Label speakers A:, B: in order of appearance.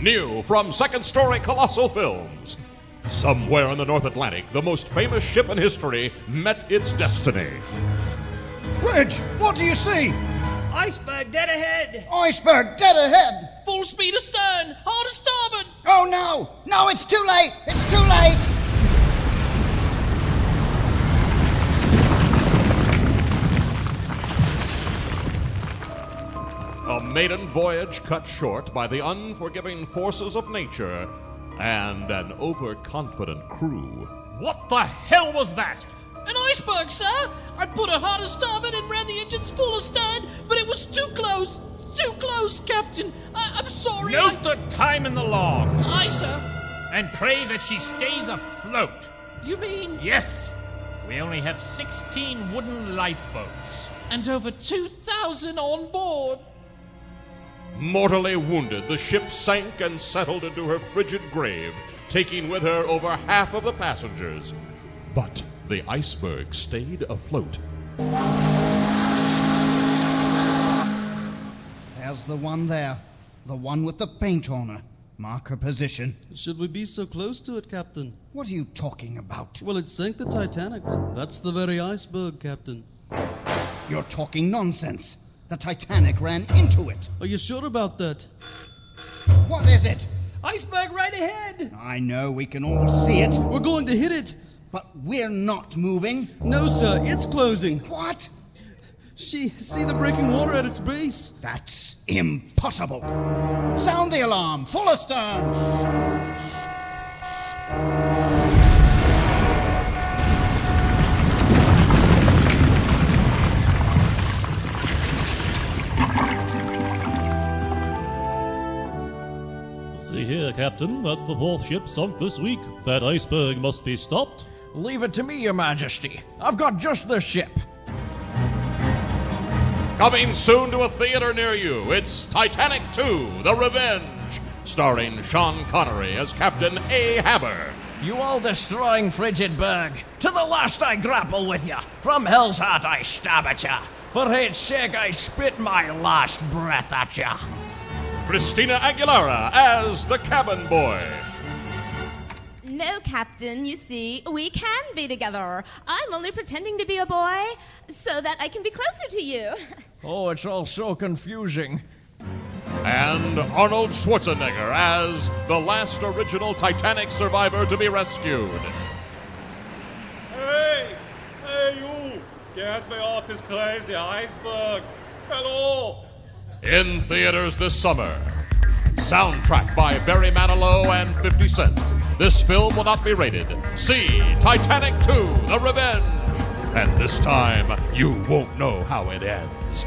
A: New from Second Story Colossal Films. Somewhere in the North Atlantic, the most famous ship in history met its destiny.
B: Bridge, what do you see?
C: Iceberg dead ahead!
B: Iceberg dead ahead!
D: Full speed astern! Hard starboard!
B: Oh no! No, it's too late! It's too late!
A: A maiden voyage cut short by the unforgiving forces of nature and an overconfident crew.
E: What the hell was that?
D: An iceberg, sir! I put her hard starboard and ran the engines full astern, but it was too close! Too close, Captain! I- am sorry!
E: Note the time in the log
D: I- Aye, sir!
E: and pray that she stays afloat.
D: You mean.
E: Yes, we only have 16 wooden lifeboats.
D: And over 2,000 on board!
A: Mortally wounded, the ship sank and settled into her frigid grave, taking with her over half of the passengers. But the iceberg stayed afloat.
B: There's the one there. The one with the paint on her. Mark her position.
F: Should we be so close to it, Captain?
B: What are you talking about?
F: Well, it sank the Titanic. That's the very iceberg, Captain.
B: You're talking nonsense. The Titanic ran into it.
F: Are you sure about that?
B: What is it?
C: Iceberg right ahead!
B: I know we can all see it,
F: We're going to hit it!
B: but we're not moving.
F: No, sir, it's closing.
B: What?
F: She, see the breaking water at its base.
B: That's impossible. Sound the alarm. Full astern.
G: See here, Captain, that's the fourth ship sunk this week. That iceberg must be stopped.
H: Leave it to me, Your Majesty. I've got just the ship.
A: Coming soon to a theater near you, it's Titanic 2 The Revenge, starring Sean Connery as Captain A. Haber.
H: You all destroying frigid burg. To the last I grapple with you. From hell's heart I stab at ya. For hate's sake I spit my last breath at ya.
A: Christina Aguilera as the cabin boy.
I: No, Captain, you see, we can be together. I'm only pretending to be a boy so that I can be closer to you.
H: Oh, it's all so confusing.
A: And Arnold Schwarzenegger as the last original Titanic survivor to be rescued.
J: Hey! Hey, you! Get me off this crazy iceberg! Hello!
A: In theaters this summer. Soundtrack by Barry Manilow and 50 Cent. This film will not be rated. See Titanic 2 The Revenge. And this time, you won't know how it ends.